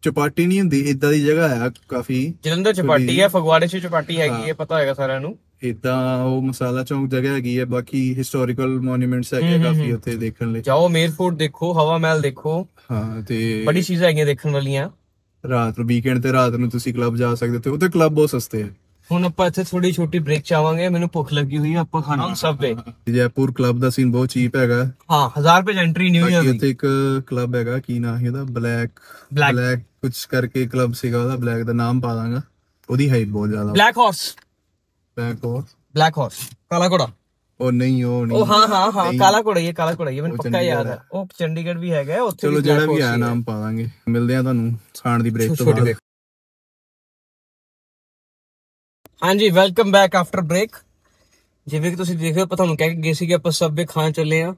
Speaker 1: ਚਪਾਟੀ ਨਹੀਂ ਹੁੰਦੀ ਇਦਾਂ ਦੀ ਜਗ੍ਹਾ ਆ ਕਾਫੀ
Speaker 2: ਜਲੰਧਰ ਚਪਾਟੀ ਹੈ ਫਗਵਾੜੇ 'ਚ ਚਪਾਟੀ ਹੈਗੀ ਹੈ ਪਤਾ ਹੋਏਗਾ ਸਾਰਿਆਂ ਨੂੰ
Speaker 1: ਇਦਾਂ ਉਹ ਮਸਾਲਾ ਚੌਂਕ ਜਗ੍ਹਾ ਹੈਗੀ ਹੈ ਬਾਕੀ ਹਿਸਟੋਰੀਕਲ ਮੋਨੂਮੈਂਟਸ ਹੈਗੇ ਕਾਫੀ ਉੱਥੇ ਦੇਖਣ ਲਈ
Speaker 2: ਜਾਓ ਮੇਰਫੋਰਟ ਦੇਖੋ ਹਵਾ ਮਹਿਲ ਦੇਖੋ
Speaker 1: ਹਾਂ ਤੇ
Speaker 2: ਬੜੀ ਚੀਜ਼ਾਂ ਹੈਗੀਆਂ ਦੇਖਣ ਵਾਲੀਆਂ
Speaker 1: ਰਾਤ ਨੂੰ ਵੀਕਐਂਡ ਤੇ ਰਾਤ ਨੂੰ ਤੁਸੀਂ ਕਲੱਬ ਜਾ ਸਕਦੇ ਤੇ ਉੱਥੇ ਕਲੱਬ ਬਹੁਤ ਸਸਤੇ ਆ
Speaker 2: ਹੁਣ ਆਪਾਂ ਇੱਥੇ ਥੋੜੀ ਛੋਟੀ ਬ੍ਰੇਕ ਚਾਵਾਂਗੇ ਮੈਨੂੰ ਭੁੱਖ ਲੱਗੀ ਹੋਈ ਹੈ ਆਪਾਂ ਖਾਣਾ ਸਭ ਦੇ
Speaker 1: ਜੈਪੁਰ ਕਲੱਬ ਦਾ ਸੀਨ ਬਹੁਤ ਚੀਪ ਹੈਗਾ
Speaker 2: ਹਾਂ 1000 ਰੁਪਏ ਐਂਟਰੀ ਨਿਊ
Speaker 1: ਬਾਕੀ
Speaker 2: ਇਅਰ
Speaker 1: ਉੱਥੇ ਇੱਕ ਕਲੱਬ ਹੈਗਾ ਕੀ ਨਾਮ ਹੈ ਉਹਦਾ ਬਲੈਕ
Speaker 2: Black.
Speaker 1: ਬਲੈਕ ਕੁਝ ਕਰਕੇ ਕਲੱਬ ਸੀਗਾ ਉਹਦਾ ਬਲੈਕ ਦਾ ਨਾਮ ਪਾ ਦਾਂਗਾ ਉਹਦੀ ਹਾਈਪ ਬਹੁਤ ਜ਼ਿਆਦਾ
Speaker 2: ਬਲੈਕ ਹਾਰਸ
Speaker 1: ਬਲੈਕ ਹੋਰ
Speaker 2: ਬਲੈਕ ਹਾਰਸ ਕਾਲਾ ਘੋੜਾ
Speaker 1: ਉਹ ਨਹੀਂ ਉਹ
Speaker 2: ਉਹ
Speaker 1: ਨਹੀਂ
Speaker 2: ਹਾਂ ਹਾਂ ਹਾਂ ਕਾਲਾ ਘੋੜਾ ਇਹ ਕਾਲਾ ਘੋੜਾ ਇਹ ਮੈਨੂੰ ਪੱਕਾ ਯਾਦ ਹੈ ਉਹ ਚੰਡੀਗੜ੍ਹ ਵੀ ਹੈਗਾ ਹੈ, ਉੱਥੇ
Speaker 1: ਚਲੋ
Speaker 2: ਵੀ
Speaker 1: ਜਿਹੜਾ ਵੀ ਆਇਆ ਨਾਮ ਪਾ ਦਾਂਗੇ ਮਿਲਦੇ ਆ ਤੁਹਾਨੂੰ ਖਾਣ ਦੀ ਬ੍ਰੇਕ ਤੋਂ ਬਾਅਦ
Speaker 2: ਹਾਂਜੀ ਵੈਲਕਮ ਬੈਕ ਆਫਟਰ ਬ੍ਰੇਕ ਜਿਵੇਂ ਕਿ ਤੁਸੀਂ ਦੇਖ ਰਹੇ ਹੋ ਆਪਾਂ ਤੁਹਾਨੂੰ ਕਹਿ ਕੇ ਗਏ ਸੀ ਕਿ ਆਪਾਂ ਸਭੇ ਖਾਣ ਚੱਲੇ ਆ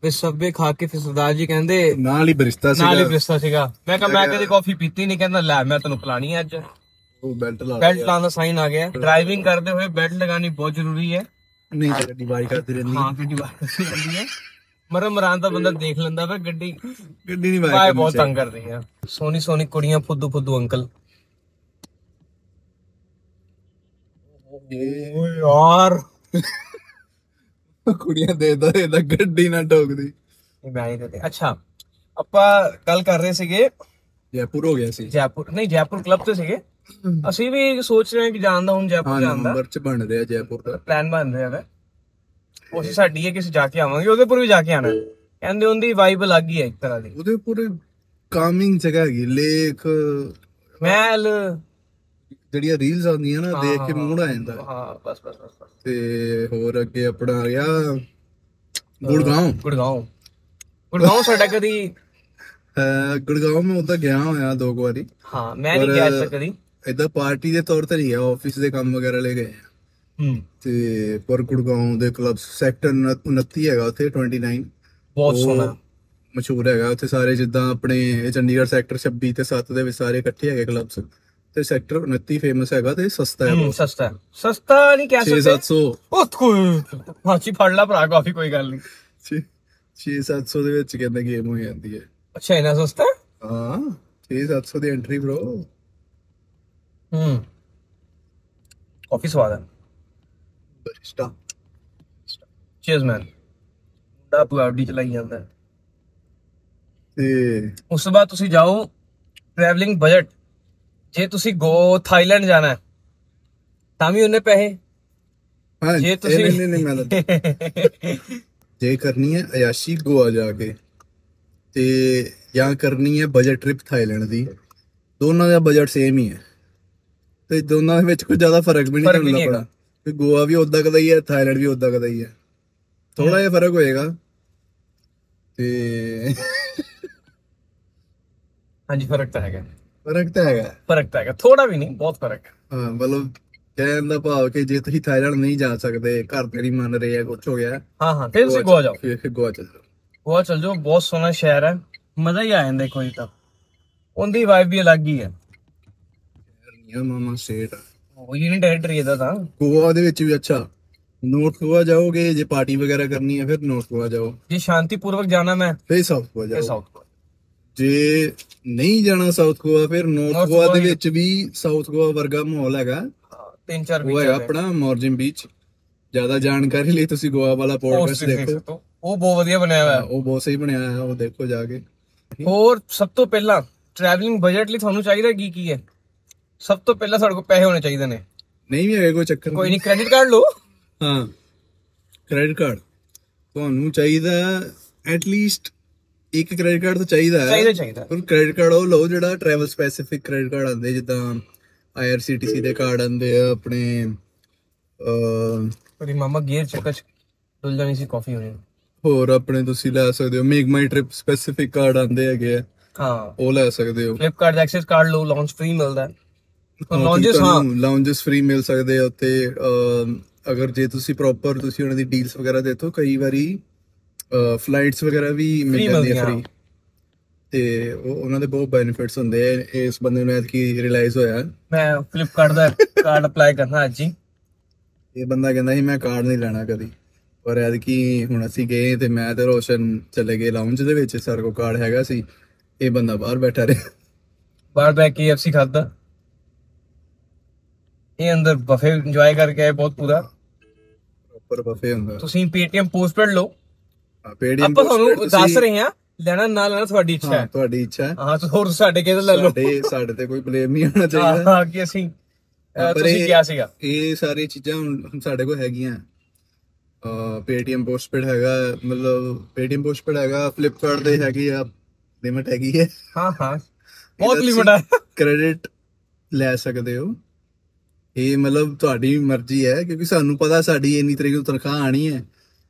Speaker 2: ਫਿਰ ਸਭੇ ਖਾ ਕੇ ਫਿਰ ਸਰਦਾਰ ਜੀ ਕਹਿੰਦੇ
Speaker 1: ਨਾਲ ਹੀ ਬਰਿਸਤਾ
Speaker 2: ਨਾਲ ਹੀ
Speaker 1: ਸੀਗਾ
Speaker 2: ਰਿਸ਼ਤਾ ਸੀਗਾ ਮੈਂ ਕਿਹਾ ਮੈਂ ਕਦੇ ਕਾਫੀ ਪੀਤੀ ਨਹੀਂ ਕਹਿੰਦਾ ਲੈ ਮੈਂ ਤੈਨੂੰ ਪਿਲਾਣੀ ਆ ਅੱਜ
Speaker 1: ਉਹ ਬੈਲਟ ਲਾ
Speaker 2: बेल्ट लाने का साइन आ गया है ड्राइविंग करते हुए बेल्ट लगानी बहुत जरूरी है
Speaker 1: ਨਹੀਂ ਗੱਡੀ ਬਾਈ ਕਰਦੀ ਰਹਿੰਦੀ
Speaker 2: हाँ ਗੱਡੀ ਬਾਹਰ ਜਾਂਦੀ ਹੈ ਮਰਮ ਮਰਾਂ ਦਾ ਬੰਦਾ ਦੇਖ ਲੈਂਦਾ ਪਰ ਗੱਡੀ
Speaker 1: ਗੱਡੀ ਨਹੀਂ ਬਾਈ
Speaker 2: ਬਾਏ ਬਹੁਤ ਤੰਗ ਕਰਦੀ ਹੈ ਸੋਹਣੀ ਸੋਹਣੀ ਕੁੜੀਆਂ ਫੁੱਦੂ ਫੁੱਦੂ ਅੰਕਲ ਓਏ ਯਾਰ
Speaker 1: ਕੁੜੀਆਂ ਦੇਖਦਾ ਇਹਦਾ ਗੱਡੀ ਨਾ ਟੋਕਦੀ
Speaker 2: ਇਹ ਮੈਂ ਹੀ ਤੇ ਅੱਛਾ ਆਪਾਂ ਗੱਲ ਕਰ ਰਹੇ ਸੀਗੇ
Speaker 1: ਜੈਪੁਰ ਹੋ ਗਿਆ ਸੀ
Speaker 2: ਜੈਪੁਰ ਨਹੀਂ ਜੈਪੁਰ ਕਲੱਬ ਤੇ ਸੀਗੇ ਅਸੀਂ ਵੀ ਸੋਚ ਰਹੇ ਹਾਂ ਕਿ ਜਾਣ ਦਾ ਹੁਣ
Speaker 1: ਹਾਂ
Speaker 2: ਜੈਪੁਰ ਜਾਣ ਦਾ
Speaker 1: ਨਵੰਬਰ ਚ ਬਣਦੇ ਆ ਜੈਪੁਰ ਦਾ
Speaker 2: ਪਲਾਨ ਬਣ ਰਿਹਾ ਹੈ ਕੋਸ਼ਿਸ਼ ਸਾਡੀ ਹੈ ਕਿ ਅਸੀਂ ਜਾ ਕੇ ਆਵਾਂਗੇ ਉਦੇਪੁਰ ਵੀ ਜਾ ਕੇ ਆਣਾ ਹੈ। ਕਹਿੰਦੇ ਉਹਦੀ ਵਾਈਬ ਅਲੱਗ ਹੀ ਹੈ ਇੱਕ ਤਰ੍ਹਾਂ ਦੀ
Speaker 1: ਉਹਦੇ ਪੂਰੇ ਕਾਮਿੰਗ ਜਗ੍ਹਾ ਹੈਗੀ ਲੇਕ
Speaker 2: ਮਹਿਲ
Speaker 1: ਜਿਹੜੀਆਂ ਰੀਲਸ ਆਉਂਦੀਆਂ ਨਾ ਦੇਖ ਕੇ ਮੂਡ ਆ ਜਾਂਦਾ
Speaker 2: ਹਾਂ ਬਸ ਬਸ ਬਸ ਬਸ
Speaker 1: ਤੇ ਹੋਰ ਅੱਗੇ ਆਪਣਾ ਆ ਗਿਆ ਗੁੜਗਾਉਂ
Speaker 2: ਗੁੜਗਾਉਂ ਗੁੜਗਾਉਂ ਸਾਡਾ ਕਦੀ
Speaker 1: ਗੁੜਗਾਉਂ ਮੈਂ ਉਦਾਂ ਗਿਆ ਹੋਇਆ ਦੋ ਕੁ ਵਾਰੀ
Speaker 2: ਹਾਂ ਮੈਂ ਨਹੀਂ ਗਿਆ ਅੱਜ ਤੱਕ ਕਦੀ
Speaker 1: ਇਦਾਂ ਪਾਰਟੀ ਦੇ ਤੌਰ ਤੇ ਨਹੀਂ ਗਿਆ ਆਫਿਸ ਦੇ ਕੰਮ ਵਗੈਰਾ ਲੈ ਗਏ ਆ।
Speaker 2: ਹੂੰ
Speaker 1: ਤੇ ਪਰ ਗੁੜਗਾਉਂ ਦੇ ਕਲੱਬ ਸੈਕਟਰ 29 ਹੈਗਾ ਉੱਥੇ 29
Speaker 2: ਬਹੁਤ
Speaker 1: ਉਹ
Speaker 2: ਸੋਹਣਾ
Speaker 1: ਮਸ਼ਹੂਰ ਹੈਗਾ ਉੱਥੇ ਸਾਰੇ ਜਿੱਦਾਂ ਆਪਣੇ ਚੰਡੀਗੜ੍ਹ ਸੈਕਟਰ 26 ਤੇ 7 ਦੇ ਵਿੱਚ ਸਾਰੇ ਇਕੱਠੇ ਹੈਗੇ ਕਲੱਬਸ ਤੇ ਸੈਕਟਰ 29 ਫੇਮਸ ਹੈਗਾ ਤੇ ਸਸਤਾ ਹੈ
Speaker 2: ਹੂੰ, ਸਸਤਾ ਹੈ। ਸਸਤਾ ਨਹੀਂ ਕਹਿ ਸਕਦੇ
Speaker 1: 6-700
Speaker 2: ਉਹ ਕੋਈ ਹਾਂਜੀ ਫੜ ਲਾ ਭਰਾ ਕਾਫੀ ਕੋਈ ਗੱਲ ਨਹੀਂ
Speaker 1: 6-700 ਦੇ ਵਿੱਚ ਕਹਿੰਦੇ ਗੇਮ ਹੋ ਜਾਂਦੀ ਹੈ
Speaker 2: ਅੱਛਾ ਇਹਨਾਂ ਸਸਤਾ ਹੈ?
Speaker 1: ਹਾਂ 6-700 ਦੀ ਐਂਟਰੀ ਬ్రో
Speaker 2: ਹੂੰ ਕਾਫੀ ਸਵਾਦ ਹੈ
Speaker 1: ਬਰਿਸਟਾ
Speaker 2: ਚੀਅਰਸ ਮੈਨ ਮੁੰਡਾ ਪੁਆਡੀ ਚਲਾਈ ਜਾਂਦਾ ਹੈ।
Speaker 1: ਤੇ
Speaker 2: ਉਸ ਤੋਂ ਬਾਅਦ ਤੁਸੀਂ ਜਾਓ ਟਰੈਵਲਿੰਗ ਬਜਟ ਜੇ ਤੁਸੀਂ ਗੋ ਥਾਈਲੈਂਡ ਜਾਣਾ ਹੈ, ਤਾਂ ਵੀ ਉਹਨੇ ਪੈਸੇ
Speaker 1: ਹਾਂ
Speaker 2: ਜੇ
Speaker 1: ਇਹ
Speaker 2: ਤੁਸੀਂ-
Speaker 1: ਨਹੀਂ ਨਹੀਂ ਨਹੀਂ, ਮੈਂ ਤਾਂ- ਜੇ ਕਰਨੀ ਹੈ ਅਯਾਸ਼ੀ ਗੋਆ ਜਾ ਕੇ ਤੇ ਜਾਂ ਕਰਨੀ ਹੈ ਬਜਟ ਟ੍ਰਿਪ ਥਾਈਲੈਂਡ ਦੀ ਦੋਨਾਂ ਦਾ ਬਜਟ ਸੇਮ ਹੀ ਹੈ ਤੇ ਦੋਨਾਂ ਦੇ ਵਿੱਚ ਕੋਈ ਜ਼ਿਆਦਾ ਫਰਕ ਵੀ ਨਹੀਂ
Speaker 2: ਫਰਕ ਵੀ
Speaker 1: ਤੁਹਾਨੂੰ
Speaker 2: ਨਹੀਂ
Speaker 1: ਲੱਗਣਾ ਕਿ ਗੋਆ ਵੀ ਉਦਾਂ ਕਦਾ ਹੀ ਹੈ ਥਾਈਲੈਂਡ ਵੀ ਉਦਾਂ ਕਦਾ ਹੀ ਹੈ ਥੋੜਾ ਜਿਹਾ ਫਰਕ ਹੋਏਗਾ ਤੇ
Speaker 2: ਹਾਂਜੀ ਫਰਕ ਤਾਂ ਹੈਗਾ
Speaker 1: ਫਰਕ ਤਾਂ ਹੈਗਾ
Speaker 2: ਫਰਕ ਤਾਂ ਹੈਗਾ ਥੋੜਾ ਵੀ ਨਹੀਂ ਬਹੁਤ ਫਰਕ ਹੈ।
Speaker 1: ਹਾਂ ਮਤਲਬ ਕਹਿਣ ਦਾ ਭਾਵ ਕਿ ਜੇ ਤੁਸੀਂ ਥਾਈਲੈਂਡ ਨਹੀਂ ਜਾ ਸਕਦੇ ਘਰ ਦੇ ਨਹੀਂ ਮੰਨ ਰਹੇ ਆ ਕੁਝ ਹੋ ਗਿਆ
Speaker 2: ਹਾਂ ਹਾਂ ਫਿਰ ਤੁਸੀਂ ਗੋਆ ਜਾਓ
Speaker 1: ਫਿਰ ਫਿਰ ਗੋਆ ਚੱਲ ਜਾਓ
Speaker 2: ਗੋਆ ਚਲ ਜਾਓ ਬਹੁਤ ਸੋਹਣਾ ਸ਼ਹਿਰ ਹੈ ਮਜ਼ਾ ਹੀ ਆ ਜਾਂਦਾ ਕੋਈ ਤਾਂ ਉਹਦੀ ਵਾਈਬ ਵੀ ਅਲੱਗ ਹੀ ਹੈ
Speaker 1: ਯਾਰ ਮਾਮਾ ਸੇਟ ਆ
Speaker 2: ਉਹ ਯੂਨੀ ਟੈਰੀਟਰੀ ਇਹਦਾ ਤਾਂ
Speaker 1: ਗੋਆ ਦੇ ਵਿੱਚ ਵੀ ਅੱਛਾ ਨੌਰਥ ਗੋਆ ਜਾਓਗੇ ਜੇ ਪਾਰਟੀ ਵਗੈਰਾ ਕਰਨੀ ਹੈ ਫਿਰ ਨੌਰਥ ਗੋਆ ਜਾਓ
Speaker 2: ਜੇ ਸ਼ਾਂਤੀਪੂਰਵਕ ਜਾਣਾ ਮੈਂ
Speaker 1: ਫਿਰ ਸਾਊਥ ਗੋਆ
Speaker 2: ਤੇ
Speaker 1: ਜਾਓ
Speaker 2: ਸਾਊਥ
Speaker 1: ਜੇ ਨਹੀਂ ਜਾਣਾ ਸਾਊਥ ਗੋਆ ਫਿਰ ਨਾਰਥ
Speaker 2: North
Speaker 1: ਗੋਆ ਦੇ
Speaker 2: Goa
Speaker 1: ਵਿੱਚ ਵੀ ਸਾਊਥ ਗੋਆ ਵਰਗਾ ਮਾਹੌਲ ਹੈਗਾ
Speaker 2: ਤਿੰਨ ਚਾਰ
Speaker 1: ਉਹ ਹੈਗਾ
Speaker 2: ਵੀਚਰ
Speaker 1: ਆਪਣਾ ਮੌਰਜਨ ਬੀਚ ਜਿਆਦਾ ਜਾਣਕਾਰੀ ਲਈ ਤੁਸੀਂ ਗੋਆ ਵਾਲਾ ਪੋਡਕਾਸਟ ਦੇਖੋ
Speaker 2: ਉਹ ਬਹੁਤ ਵਧੀਆ ਬਣਿਆ ਹੋਇਆ ਹੈ।
Speaker 1: ਉਹ ਬਹੁਤ ਸਹੀ ਬਣਿਆ ਹੋਇਆ ਉਹ ਦੇਖੋ ਜਾ ਕੇ
Speaker 2: ਹੋਰ ਸਭ ਤੋਂ ਪਹਿਲਾਂ ਟਰੈਵਲਿੰਗ ਬਜਟ ਲਈ ਤੁਹਾਨੂੰ ਚਾਹੀਦਾ ਕੀ ਕੀ ਹੈ ਸਭ ਤੋਂ ਪਹਿਲਾਂ ਸਾਡੇ ਕੋਲ ਪੈਸੇ ਹੋਣੇ ਚਾਹੀਦੇ ਨੇ
Speaker 1: ਨਹੀਂ ਵੀ ਹੈਗਾ ਕੋਈ ਚੱਕਰ
Speaker 2: ਕੋਈ ਨਹੀਂ ਕ੍ਰੈਡਿਟ ਕਾਰਡ ਲਓ
Speaker 1: ਹਾਂ ਕ੍ਰੈਡਿਟ ਕਾਰਡ ਤੁਹਾਨੂੰ ਚਾਹੀਦਾ ਐਟ ਲੀਸਟ ਇੱਕ ਕ੍ਰੈਡਿਟ ਕਾਰਡ ਤਾਂ ਚਾਹੀਦਾ ਹੈ
Speaker 2: ਚਾਹੀਦਾ ਚਾਹੀਦਾ
Speaker 1: ਹੁਣ ਕ੍ਰੈਡਿਟ ਕਾਰਡ ਉਹ ਲਓ ਜਿਹੜਾ ਟਰੈਵਲ ਸਪੈਸੀਫਿਕ ਕ੍ਰੈਡਿਟ ਕਾਰਡ ਆਉਂਦੇ ਜਿੱਦਾਂ ਆਈਆਰਸੀਟੀਸੀ ਦੇ ਕਾਰਡ ਆਉਂਦੇ ਆ ਆਪਣੇ ਅ
Speaker 2: ਤੇਰੀ ਮਾਮਾ ਗੇਅਰ ਚੱਕਰ ਚ ਡੁੱਲ ਜਾਣੀ ਸੀ ਕਾਫੀ ਹੋਣੀ
Speaker 1: ਹੋਰ ਆਪਣੇ ਤੁਸੀਂ ਲੈ ਸਕਦੇ ਹੋ ਮੇਕ ਮਾਈ ਟ੍ਰਿਪ ਸਪੈਸੀਫਿਕ ਕਾਰਡ ਆਉਂਦੇ ਹੈਗੇ ਆ
Speaker 2: ਹਾਂ
Speaker 1: ਉਹ ਲੈ ਸਕਦੇ ਹੋ
Speaker 2: ਫਲਿੱਪਕਾਰਟ ਦਾ ਐਕਸੈਸ ਕਾਰਡ ਲਓ ਲਾਂਚ ਫ੍ਰੀ ਮਿਲਦਾ ਹੈ ਲਾਂਚਸ ਹਾਂ
Speaker 1: ਲਾਉਂਜਸ ਫ੍ਰੀ ਮਿਲ ਸਕਦੇ ਆ ਉੱਤੇ ਅਗਰ ਜੇ ਤੁਸੀਂ ਪ੍ਰੋਪਰ ਤੁਸੀਂ ਉਹਨਾਂ ਦੀ ਡੀਲਸ ਵਗੈਰਾ ਦੇਖੋ ਕਈ ਵਾਰੀ ਫਲਾਈਟਸ ਵਗੈਰਾ ਵੀ ਮਿਲ
Speaker 2: Free
Speaker 1: ਜਾਂਦੀਆਂ
Speaker 2: ਮਿਲਦੀਆਂ।
Speaker 1: ਫ੍ਰੀ ਤੇ ਉਹ ਉਹਨਾਂ ਦੇ ਬਹੁਤ ਬੈਨੀਫਿਟਸ ਹੁੰਦੇ ਆ ਇਸ ਬੰਦੇ ਨੂੰ ਐਤ ਕੀ ਰਿਅਲਾਈਜ਼ ਹੋਇਆ
Speaker 2: ਮੈਂ ਫਲਿੱਪਕਾਰਟ ਦਾ ਕਾਰਡ ਅਪਲਾਈ ਕਰਨਾ ਅੱਜ ਹੀ
Speaker 1: ਇਹ ਬੰਦਾ ਕਹਿੰਦਾ ਸੀ ਮੈਂ ਕਾਰਡ ਨਹੀਂ ਲੈਣਾ ਕਦੀ ਪਰ ਐਤਕੀ ਹੁਣ ਅਸੀਂ ਗਏ ਤੇ ਮੈਂ ਤੇ ਰੋਸ਼ਨ ਚਲੇ ਗਏ ਲਾਉਂਜ ਦੇ ਵਿੱਚ ਸਰ ਕੋ ਕਾਰਡ ਹੈਗਾ ਸੀ ਇਹ ਬੰਦਾ ਬਾਹਰ ਬੈਠਾ ਰਿਹਾ
Speaker 2: ਬਾਹਰ ਬੈ ਕੇ KFC ਖਾਦਾ ਇਹ ਅੰਦਰ ਬਫੇ ਇੰਜੋਏ ਕਰਕੇ ਆਏ ਬਹੁਤ ਪੂਰਾ
Speaker 1: ਪ੍ਰੋਪਰ ਬਫੇ ਹੁੰਦਾ
Speaker 2: ਤੁਸੀਂ Paytm ਪੋਸਟਪੇਡ ਲਓ
Speaker 1: ਪੇਡੀਐਮ
Speaker 2: ਆਪਾਂ ਤੁਹਾਨੂੰ ਦੱਸ ਰਹੇ ਹਾਂ ਲੈਣਾ ਨਾ ਲੈਣਾ ਤੁਹਾਡੀ ਇੱਛਾ ਹੈ
Speaker 1: ਤੁਹਾਡੀ ਇੱਛਾ ਹੈ।
Speaker 2: ਹਾਂ ਤੁਸੀਂ ਹੋਰ ਸਾਡੇ ਕਿਹਦੇ ਲੈ ਲਓ
Speaker 1: ਸਾਡੇ ਸਾਡੇ ਤੇ ਕੋਈ ਬਲੇਮ ਨਹੀਂ ਹੋਣਾ
Speaker 2: ਹਾਂ,
Speaker 1: ਚਾਹੀਦਾ
Speaker 2: ਹਾਂ ਕਿ ਅਸੀਂ ਅਹ,
Speaker 1: ਪਰ
Speaker 2: ਤੁਸੀਂ
Speaker 1: ਇਹ-
Speaker 2: ਕਿਹਾ ਸੀਗਾ
Speaker 1: ਇਹ ਸਾਰੀ ਚੀਜ਼ਾਂ ਹੁਣ ਹੁਣ ਸਾਡੇ ਕੋਲ ਹੈਗੀਆਂ ਅ ਪੇਟੀਐਮ ਪੋਸਟਪੇਡ ਹੈਗਾ ਮਤਲਬ ਪੇਟੀਐਮ ਪੋਸਟਪੇਡ ਹੈਗਾ ਫਲਿੱਪਕਾਰਟ ਦੇ ਹੈਗੀ ਆ ਲਿਮਟ ਹੈਗੀ ਹੈ
Speaker 2: ਹਾਂ ਹਾਂ ਬਹੁਤ
Speaker 1: ਇਹਦਾ
Speaker 2: ਲਿਮਟ ਹੈ
Speaker 1: ਕ੍ਰੈਡਿਟ ਲੈ ਸਕਦੇ ਹੋ ਇਹ ਮਤਲਬ ਤੁਹਾਡੀ ਮਰਜ਼ੀ ਹੈ ਕਿਉਂਕਿ ਸਾਨੂੰ ਪਤਾ ਸਾਡੀ ਇੰਨੀ ਤਰੀਕ ਨੂੰ ਤਨਖਾਹ ਆਣੀ ਹੈ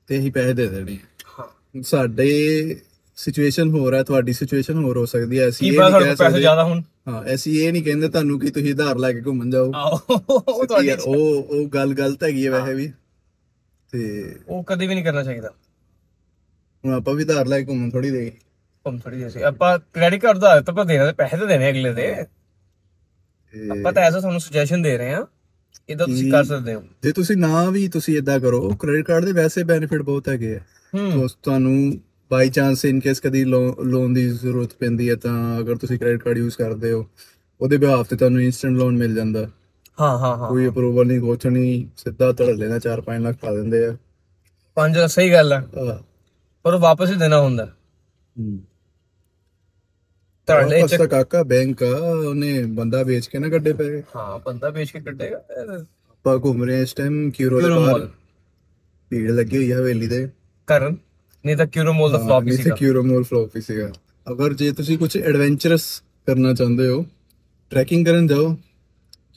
Speaker 1: ਤੇ ਅਸੀਂ ਪੈਸੇ ਦੇ ਦੇਣੇ ਆ। ਹੁਣ ਸਾਡੇ ਸਿਚੁਏਸ਼ਨ ਹੋਰ ਹੈ ਤੁਹਾਡੀ ਸਿਚੁਏਸ਼ਨ ਹੋਰ ਹੋ ਸਕਦੀ ਹੈ ਅਸੀਂ
Speaker 2: ਕੀ
Speaker 1: ਇਹ
Speaker 2: ਪਤਾ
Speaker 1: ਨਹੀਂ
Speaker 2: ਤੁਹਾਡੇ
Speaker 1: ਕਹਿ
Speaker 2: ਕੋਲ ਪੈਸੇ
Speaker 1: ਸਕਦੇ
Speaker 2: ਜ਼ਿਆਦਾ ਹੋਣ
Speaker 1: ਹਾਂ ਅਸੀਂ ਇਹ ਨਹੀਂ ਕਹਿੰਦੇ ਤੁਹਾਨੂੰ ਕਿ ਤੁਸੀਂ ਆਧਾਰ ਲੈ ਕੇ ਘੁੰਮਣ ਜਾਓ
Speaker 2: ਆਓ ਉਹ
Speaker 1: ਕਿਉਂਕਿ
Speaker 2: ਤੁਹਾਡੀ
Speaker 1: ਯਾਰ ਉਹ ਉਹ ਗੱਲ ਗਲਤ ਹੈਗੀ ਹੈ ਵੈਸੇ ਵੀ ਤੇ
Speaker 2: ਉਹ ਕਦੇ ਵੀ ਨਹੀਂ ਕਰਨਾ ਚਾਹੀਦਾ
Speaker 1: ਹੁਣ ਆਪਾਂ ਵੀ ਆਧਾਰ ਲੈ ਕੇ ਘੁੰਮਣ ਥੋੜੀ ਦੇ
Speaker 2: ਹਮ ਥੋੜੀ ਜਿਹੀ ਆਪਾਂ ਕ੍ਰੈਡਿਟ ਕਾਰਡ ਦਾ ਤਾਂ ਆਪਾਂ ਦੇਣਾ ਤੇ ਪੈਸੇ ਤਾਂ ਦੇਣੇ ਅਗਲੇ ਦੇ
Speaker 1: ਤੇ
Speaker 2: ਆਪਾਂ ਤਾਂ ਐਸਾ ਤੁਹਾਨੂੰ ਸੁਜੈਸ਼ਨ ਦੇ ਰਹੇ ਆ ਇਹਦਾ ਤੁਸੀਂ ਕਰ ਸਕਦੇ ਹੋ
Speaker 1: ਜੇ ਤੁਸੀਂ ਨਾ ਵੀ ਤੁਸੀਂ ਇਦਾਂ ਕਰੋ ਕ੍ਰੈਡਿਟ ਕਾਰਡ ਦੇ ਵੈਸੇ ਬੈਨੀਫਿਟ ਬਹੁਤ ਹੈਗੇ ਆ
Speaker 2: ਹੂੰ
Speaker 1: ਉਸ ਤੁਹਾਨੂੰ ਬਾਈ ਚਾਂਸ ਇਨ ਕੇਸ ਕਦੀ ਲੋਨ ਦੀ ਜ਼ਰੂਰਤ ਪੈਂਦੀ ਹੈ ਤਾਂ ਅਗਰ ਤੁਸੀਂ ਕ੍ਰੈਡਿਟ ਕਾਰਡ ਯੂਜ਼ ਕਰਦੇ ਹੋ ਉਹਦੇ ਬਿਹਾਫ ਤੇ ਤੁਹਾਨੂੰ ਇਨਸਟੈਂਟ ਲੋਨ ਮਿਲ ਜਾਂਦਾ
Speaker 2: ਹਾਂ ਹਾਂ ਹਾਂ
Speaker 1: ਕੋਈ ਅਪਰੂਵਲ ਨਹੀਂ ਕੁਛ ਨਹੀਂ ਸਿੱਧਾ ਧੜ ਲੈਣਾ 4-5 ਲੱਖ ਪਾ ਦਿੰਦੇ ਆ
Speaker 2: ਪੰਜ ਸਹੀ ਗੱਲ ਆ
Speaker 1: ਆਹ,
Speaker 2: ਪਰ ਉਹ ਵਾਪਸ ਹੀ ਦੇਣਾ ਹੁੰਦਾ
Speaker 1: ਹਮ।
Speaker 2: ਤੁਹਾਡੇ
Speaker 1: ਵਾਪਸ
Speaker 2: ਚ
Speaker 1: ਤਾਂ ਕਾਕਾ ਬੈਂਕ ਆ ਉਹਨੇ ਬੰਦਾ ਵੇਚ ਕੇ ਨਾ ਗੱਡੇ ਪੈ ਗਏ
Speaker 2: ਹਾਂ ਬੰਦਾ ਵੇਚ ਕੇ ਕੱਢੇਗਾ ਇਹ
Speaker 1: ਆਪਾਂ ਘੁੰਮ ਰਹੇ ਹਾਂ ਇਸ ਟਾਈਮ ਕਿਊਰੋ ਦੇ
Speaker 2: Curro
Speaker 1: ਬਾਹਰ
Speaker 2: Mall।
Speaker 1: ਭੀੜ ਲੱਗੀ ਹੋਈ ਹੈ ਹਵੇਲੀ ਦੇ
Speaker 2: ਕਰਨ ਨਹੀਂ ਤਾਂ ਕਿਉਂ ਮੋਲ ਦਾ ਫਲॉप ਹੀ
Speaker 1: ਨਹੀਂ ਤੇ
Speaker 2: ਸੀਗਾ
Speaker 1: ਕਿਊਰੋ ਮੋਲ ਫਲੋਪ ਹੀ ਸੀਗਾ ਅਗਰ ਜੇ ਤੁਸੀਂ ਕੁਝ ਐਡਵੈਂਚਰਸ ਕਰਨਾ ਚਾਹੁੰਦੇ ਹੋ ਟਰੈਕਿੰਗ ਕਰਨ ਜਾਓ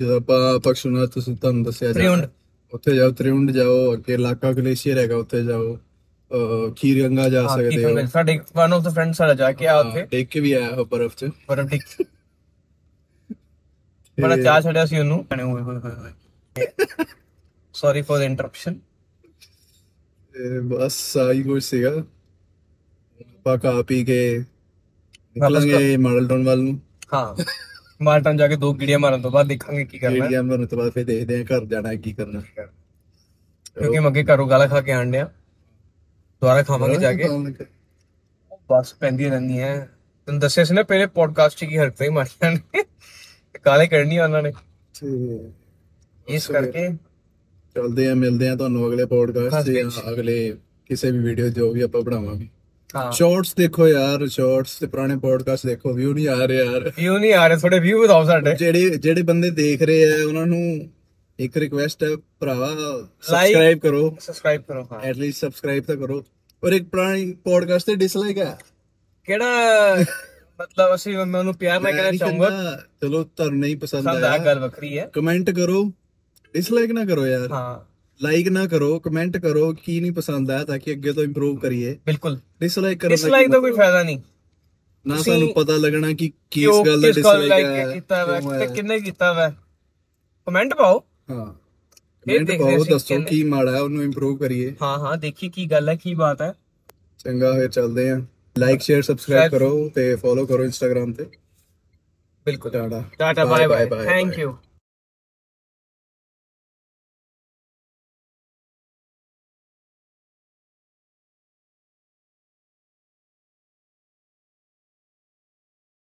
Speaker 1: ਜਦੋਂ ਆਪਾਂ ਪਕਸ਼ੂਨਾਥ ਤੁਸੀਂ ਤੁਹਾਨੂੰ ਦੱਸਿਆ ਜਾਣਾ।
Speaker 2: ਤ੍ਰਿਉਂਡ।
Speaker 1: ਉੱਥੇ ਜਾਓ ਤ੍ਰਿਉਂਡ ਜਾਓ ਅੱਗੇ ਲਾਕਾ ਗਲੇਸ਼ੀਅਰ ਹੈਗਾ ਉੱਥੇ ਜਾਓ ਅਹ, ਖੀਰਗੰਗਾ ਜਾ
Speaker 2: ਹਾਂ ਕੀ
Speaker 1: ਸਕਦੇ ਹੋ
Speaker 2: ਕਹਿੰਦੇ ਸਾਡੇ ਵਨ ਆਫ ਦਾ ਫਰੈਂਡ ਸਾਡਾ ਜਾ ਕੇ ਆ ਉੱਥੇ
Speaker 1: ਦੇਖ ਕੇ ਵੀ ਆਇਆ ਉਹ ਬਰਫ਼ 'ਚ
Speaker 2: ਪਰ ਠੀਕ ਬੜਾ ਚਾਹ ਛੜਿਆ ਸੀ ਉਹਨੂੰ ਸੌਰੀ ਫॉर द ਇੰਟਰਪਸ਼ਨ
Speaker 1: ਤੇ ਬਸ ਆਹੀ ਕੁਝ ਸੀਗਾ ਆਪਾਂ ਖਾ ਪੀ ਕੇ ਨਿਕਲਾਂਗੇ ਮਾਡਲ ਟਾਊਨ ਵੱਲ ਨੂੰ
Speaker 2: ਹਾਂ ਮਾਲਟਨ ਜਾ ਕੇ ਦੋ ਗਿੜੀਆਂ ਮਾਰਨ ਤੋਂ ਬਾਅਦ ਦੇਖਾਂਗੇ ਕੀ ਕਰਨਾ ਹੈ।
Speaker 1: ਏਰੀਆ ਮਰਨ ਤੋਂ ਬਾਅਦ ਫਿਰ ਦੇਖਦੇ ਹਾਂ ਘਰ ਜਾਣਾ ਕੀ ਕਰਨਾ
Speaker 2: ਕਿਉਂਕਿ ਮੈਂ ਅੱਗੇ ਘਰੋਂ ਗਾਲਾਂ ਖਾ ਕੇ ਆਂਡਿਆ ਦੁਬਾਰਾ ਖਾਵਾਂਗੇ ਜਾ ਕੇ ਬਸ ਪੈਂਦੀ ਰਹਿੰਦੀ ਹੈ ਤੈਨੂੰ ਦੱਸਿਆ ਸੀ ਨਾ ਪਹਿਲੇ ਪੋਡਕਾਸਟ ਕੀ ਹਰਕਤ ਹੀ ਮਾਰੀਆਂ ਨੇ ਕਾਲੇ ਕਰਨੀ ਉਹਨਾਂ ਨੇ
Speaker 1: ਤੇ
Speaker 2: ਇਸ ਕਰਕੇ
Speaker 1: ਚਲਦੇ ਆ ਮਿਲਦੇ ਆ ਤੁਹਾਨੂੰ ਅਗਲੇ ਪੋਡਕਾਸਟ
Speaker 2: ਖਾਸ
Speaker 1: 'ਚ
Speaker 2: ਵਿੱਚ।
Speaker 1: ਜਾਂ ਅਗਲੇ ਕਿਸੇ ਵੀ ਵੀਡੀਓ ਜੋ ਵੀ ਆਪਾਂ ਬਣਾਵਾਂਗੇ
Speaker 2: ਹਾਂ
Speaker 1: ਸ਼ਾਰਟਸ ਦੇਖੋ ਯਾਰ ਸ਼ਾਰਟਸ ਤੇ ਪੁਰਾਣੇ ਪੋਡਕਾਸਟ ਦੇਖੋ ਵਿਊ ਨਹੀਂ ਆ ਰਹੇ ਯਾਰ
Speaker 2: ਵੀਊ ਨਹੀਂ ਆ ਰਹੇ ਥੋੜੇ ਵੀਊ ਵਧਾਓ ਸਾਡੇ
Speaker 1: ਜਿਹੜੇ ਜਿਹੜੇ ਬੰਦੇ ਦੇਖ ਰਹੇ ਆ ਉਹਨਾਂ ਨੂੰ ਇੱਕ ਰਿਕੁਐਸਟ ਹੈ ਭਰਾਵਾ ਸਬਸਕ੍ਰਾਈਬ ਕਰੋ
Speaker 2: ਸਬਸਕ੍ਰਾਈਬ ਕਰੋ ਹਾਂ
Speaker 1: ਐਟ ਲੀਸਟ ਸਬਸਕ੍ਰਾਈਬ ਤਾਂ ਕਰੋ ਔਰ ਇੱਕ ਪੁਰਾਣੀ ਪੋਡਕਾਸਟ ਤੇ ਡਿਸਲਾਈਕ ਹੈ
Speaker 2: ਕਿਹੜਾ ਮਤਲਬ ਅਸੀਂ ਮੈਂ ਉਹਨੂੰ ਪਿਆਰ ਨਾਲ ਕਹਿਣਾ
Speaker 1: ਨਹੀਂ
Speaker 2: ਚਾਹੂੰਗਾ
Speaker 1: ਕਹਿੰਦਾ, ਚਲੋ ਤੁਹਾਨੂੰ ਨਹੀਂ ਪਸੰਦ
Speaker 2: ਸਾਨੂੰ ਆ
Speaker 1: ਆਇਆ
Speaker 2: ਗੱਲ ਵੱਖਰੀ ਹੈ
Speaker 1: ਕਮੈਂਟ ਕਰੋ ਡਿਸਲਾਈਕ ਨਾ ਕਰੋ ਯਾਰ
Speaker 2: ਹਾਂ
Speaker 1: ਲਾਈਕ ਨਾ ਕਰੋ ਕਮੈਂਟ ਕਰੋ ਕੀ ਨਹੀਂ ਪਸੰਦ ਆਇਆ ਤਾਂ ਕਿ ਅੱਗੇ ਤੋਂ ਇੰਪਰੂਵ ਕਰੀਏ
Speaker 2: ਬਿਲਕੁਲ
Speaker 1: ਡਿਸਲਾਈਕ ਕਰਨ ਦਾ
Speaker 2: ਡਿਸਲਾਈਕ ਦਾ ਕੋਈ ਫਾਇਦਾ ਨਹੀਂ
Speaker 1: ਨਾ ਸਾਨੂੰ ਪਤਾ ਲੱਗਣਾ ਕਿ
Speaker 2: ਕਿ
Speaker 1: ਕਿਸ
Speaker 2: ਉਹ
Speaker 1: ਗੱਲ ਦਾ
Speaker 2: ਕਿਸ ਗੱਲ
Speaker 1: ਡਿਸਲਾਈਕ
Speaker 2: ਲਾਈਕ
Speaker 1: ਹੈ
Speaker 2: ਕੀਤਾ ਵੈ ਤੇ ਕਿੰਨੇ ਕੀਤਾ ਵੈ ਕਮੈਂਟ ਪਾਓ
Speaker 1: ਹਾਂ
Speaker 2: ਇਹ
Speaker 1: ਕਮੈਂਟ
Speaker 2: ਦੇਖਦੇ
Speaker 1: ਪਾਓ
Speaker 2: ਸੀ
Speaker 1: ਦੱਸੋ
Speaker 2: ਕਿੰਨੇ-
Speaker 1: ਕੀ ਮਾੜਾ ਹੈ ਉਹਨੂੰ ਇੰਪਰੂਵ ਕਰੀਏ
Speaker 2: ਹਾਂ ਹਾਂ ਦੇਖੀ ਕੀ ਗੱਲ ਹੈ ਕੀ ਬਾਤ ਹੈ
Speaker 1: ਚੰਗਾ ਫਿਰ ਚੱਲਦੇ ਆ ਲਾਈਕ ਸ਼ੇਅਰ ਸਬਸਕ੍ਰਾਈਬ
Speaker 2: ਸ਼ਾਇਦ-
Speaker 1: ਕਰੋ ਤੇ ਫੋਲੋ ਕਰੋ ਇੰਸਟਾਗ੍ਰam ਤੇ
Speaker 2: ਬਿਲਕੁਲ
Speaker 1: tata
Speaker 2: tata bye bye thank you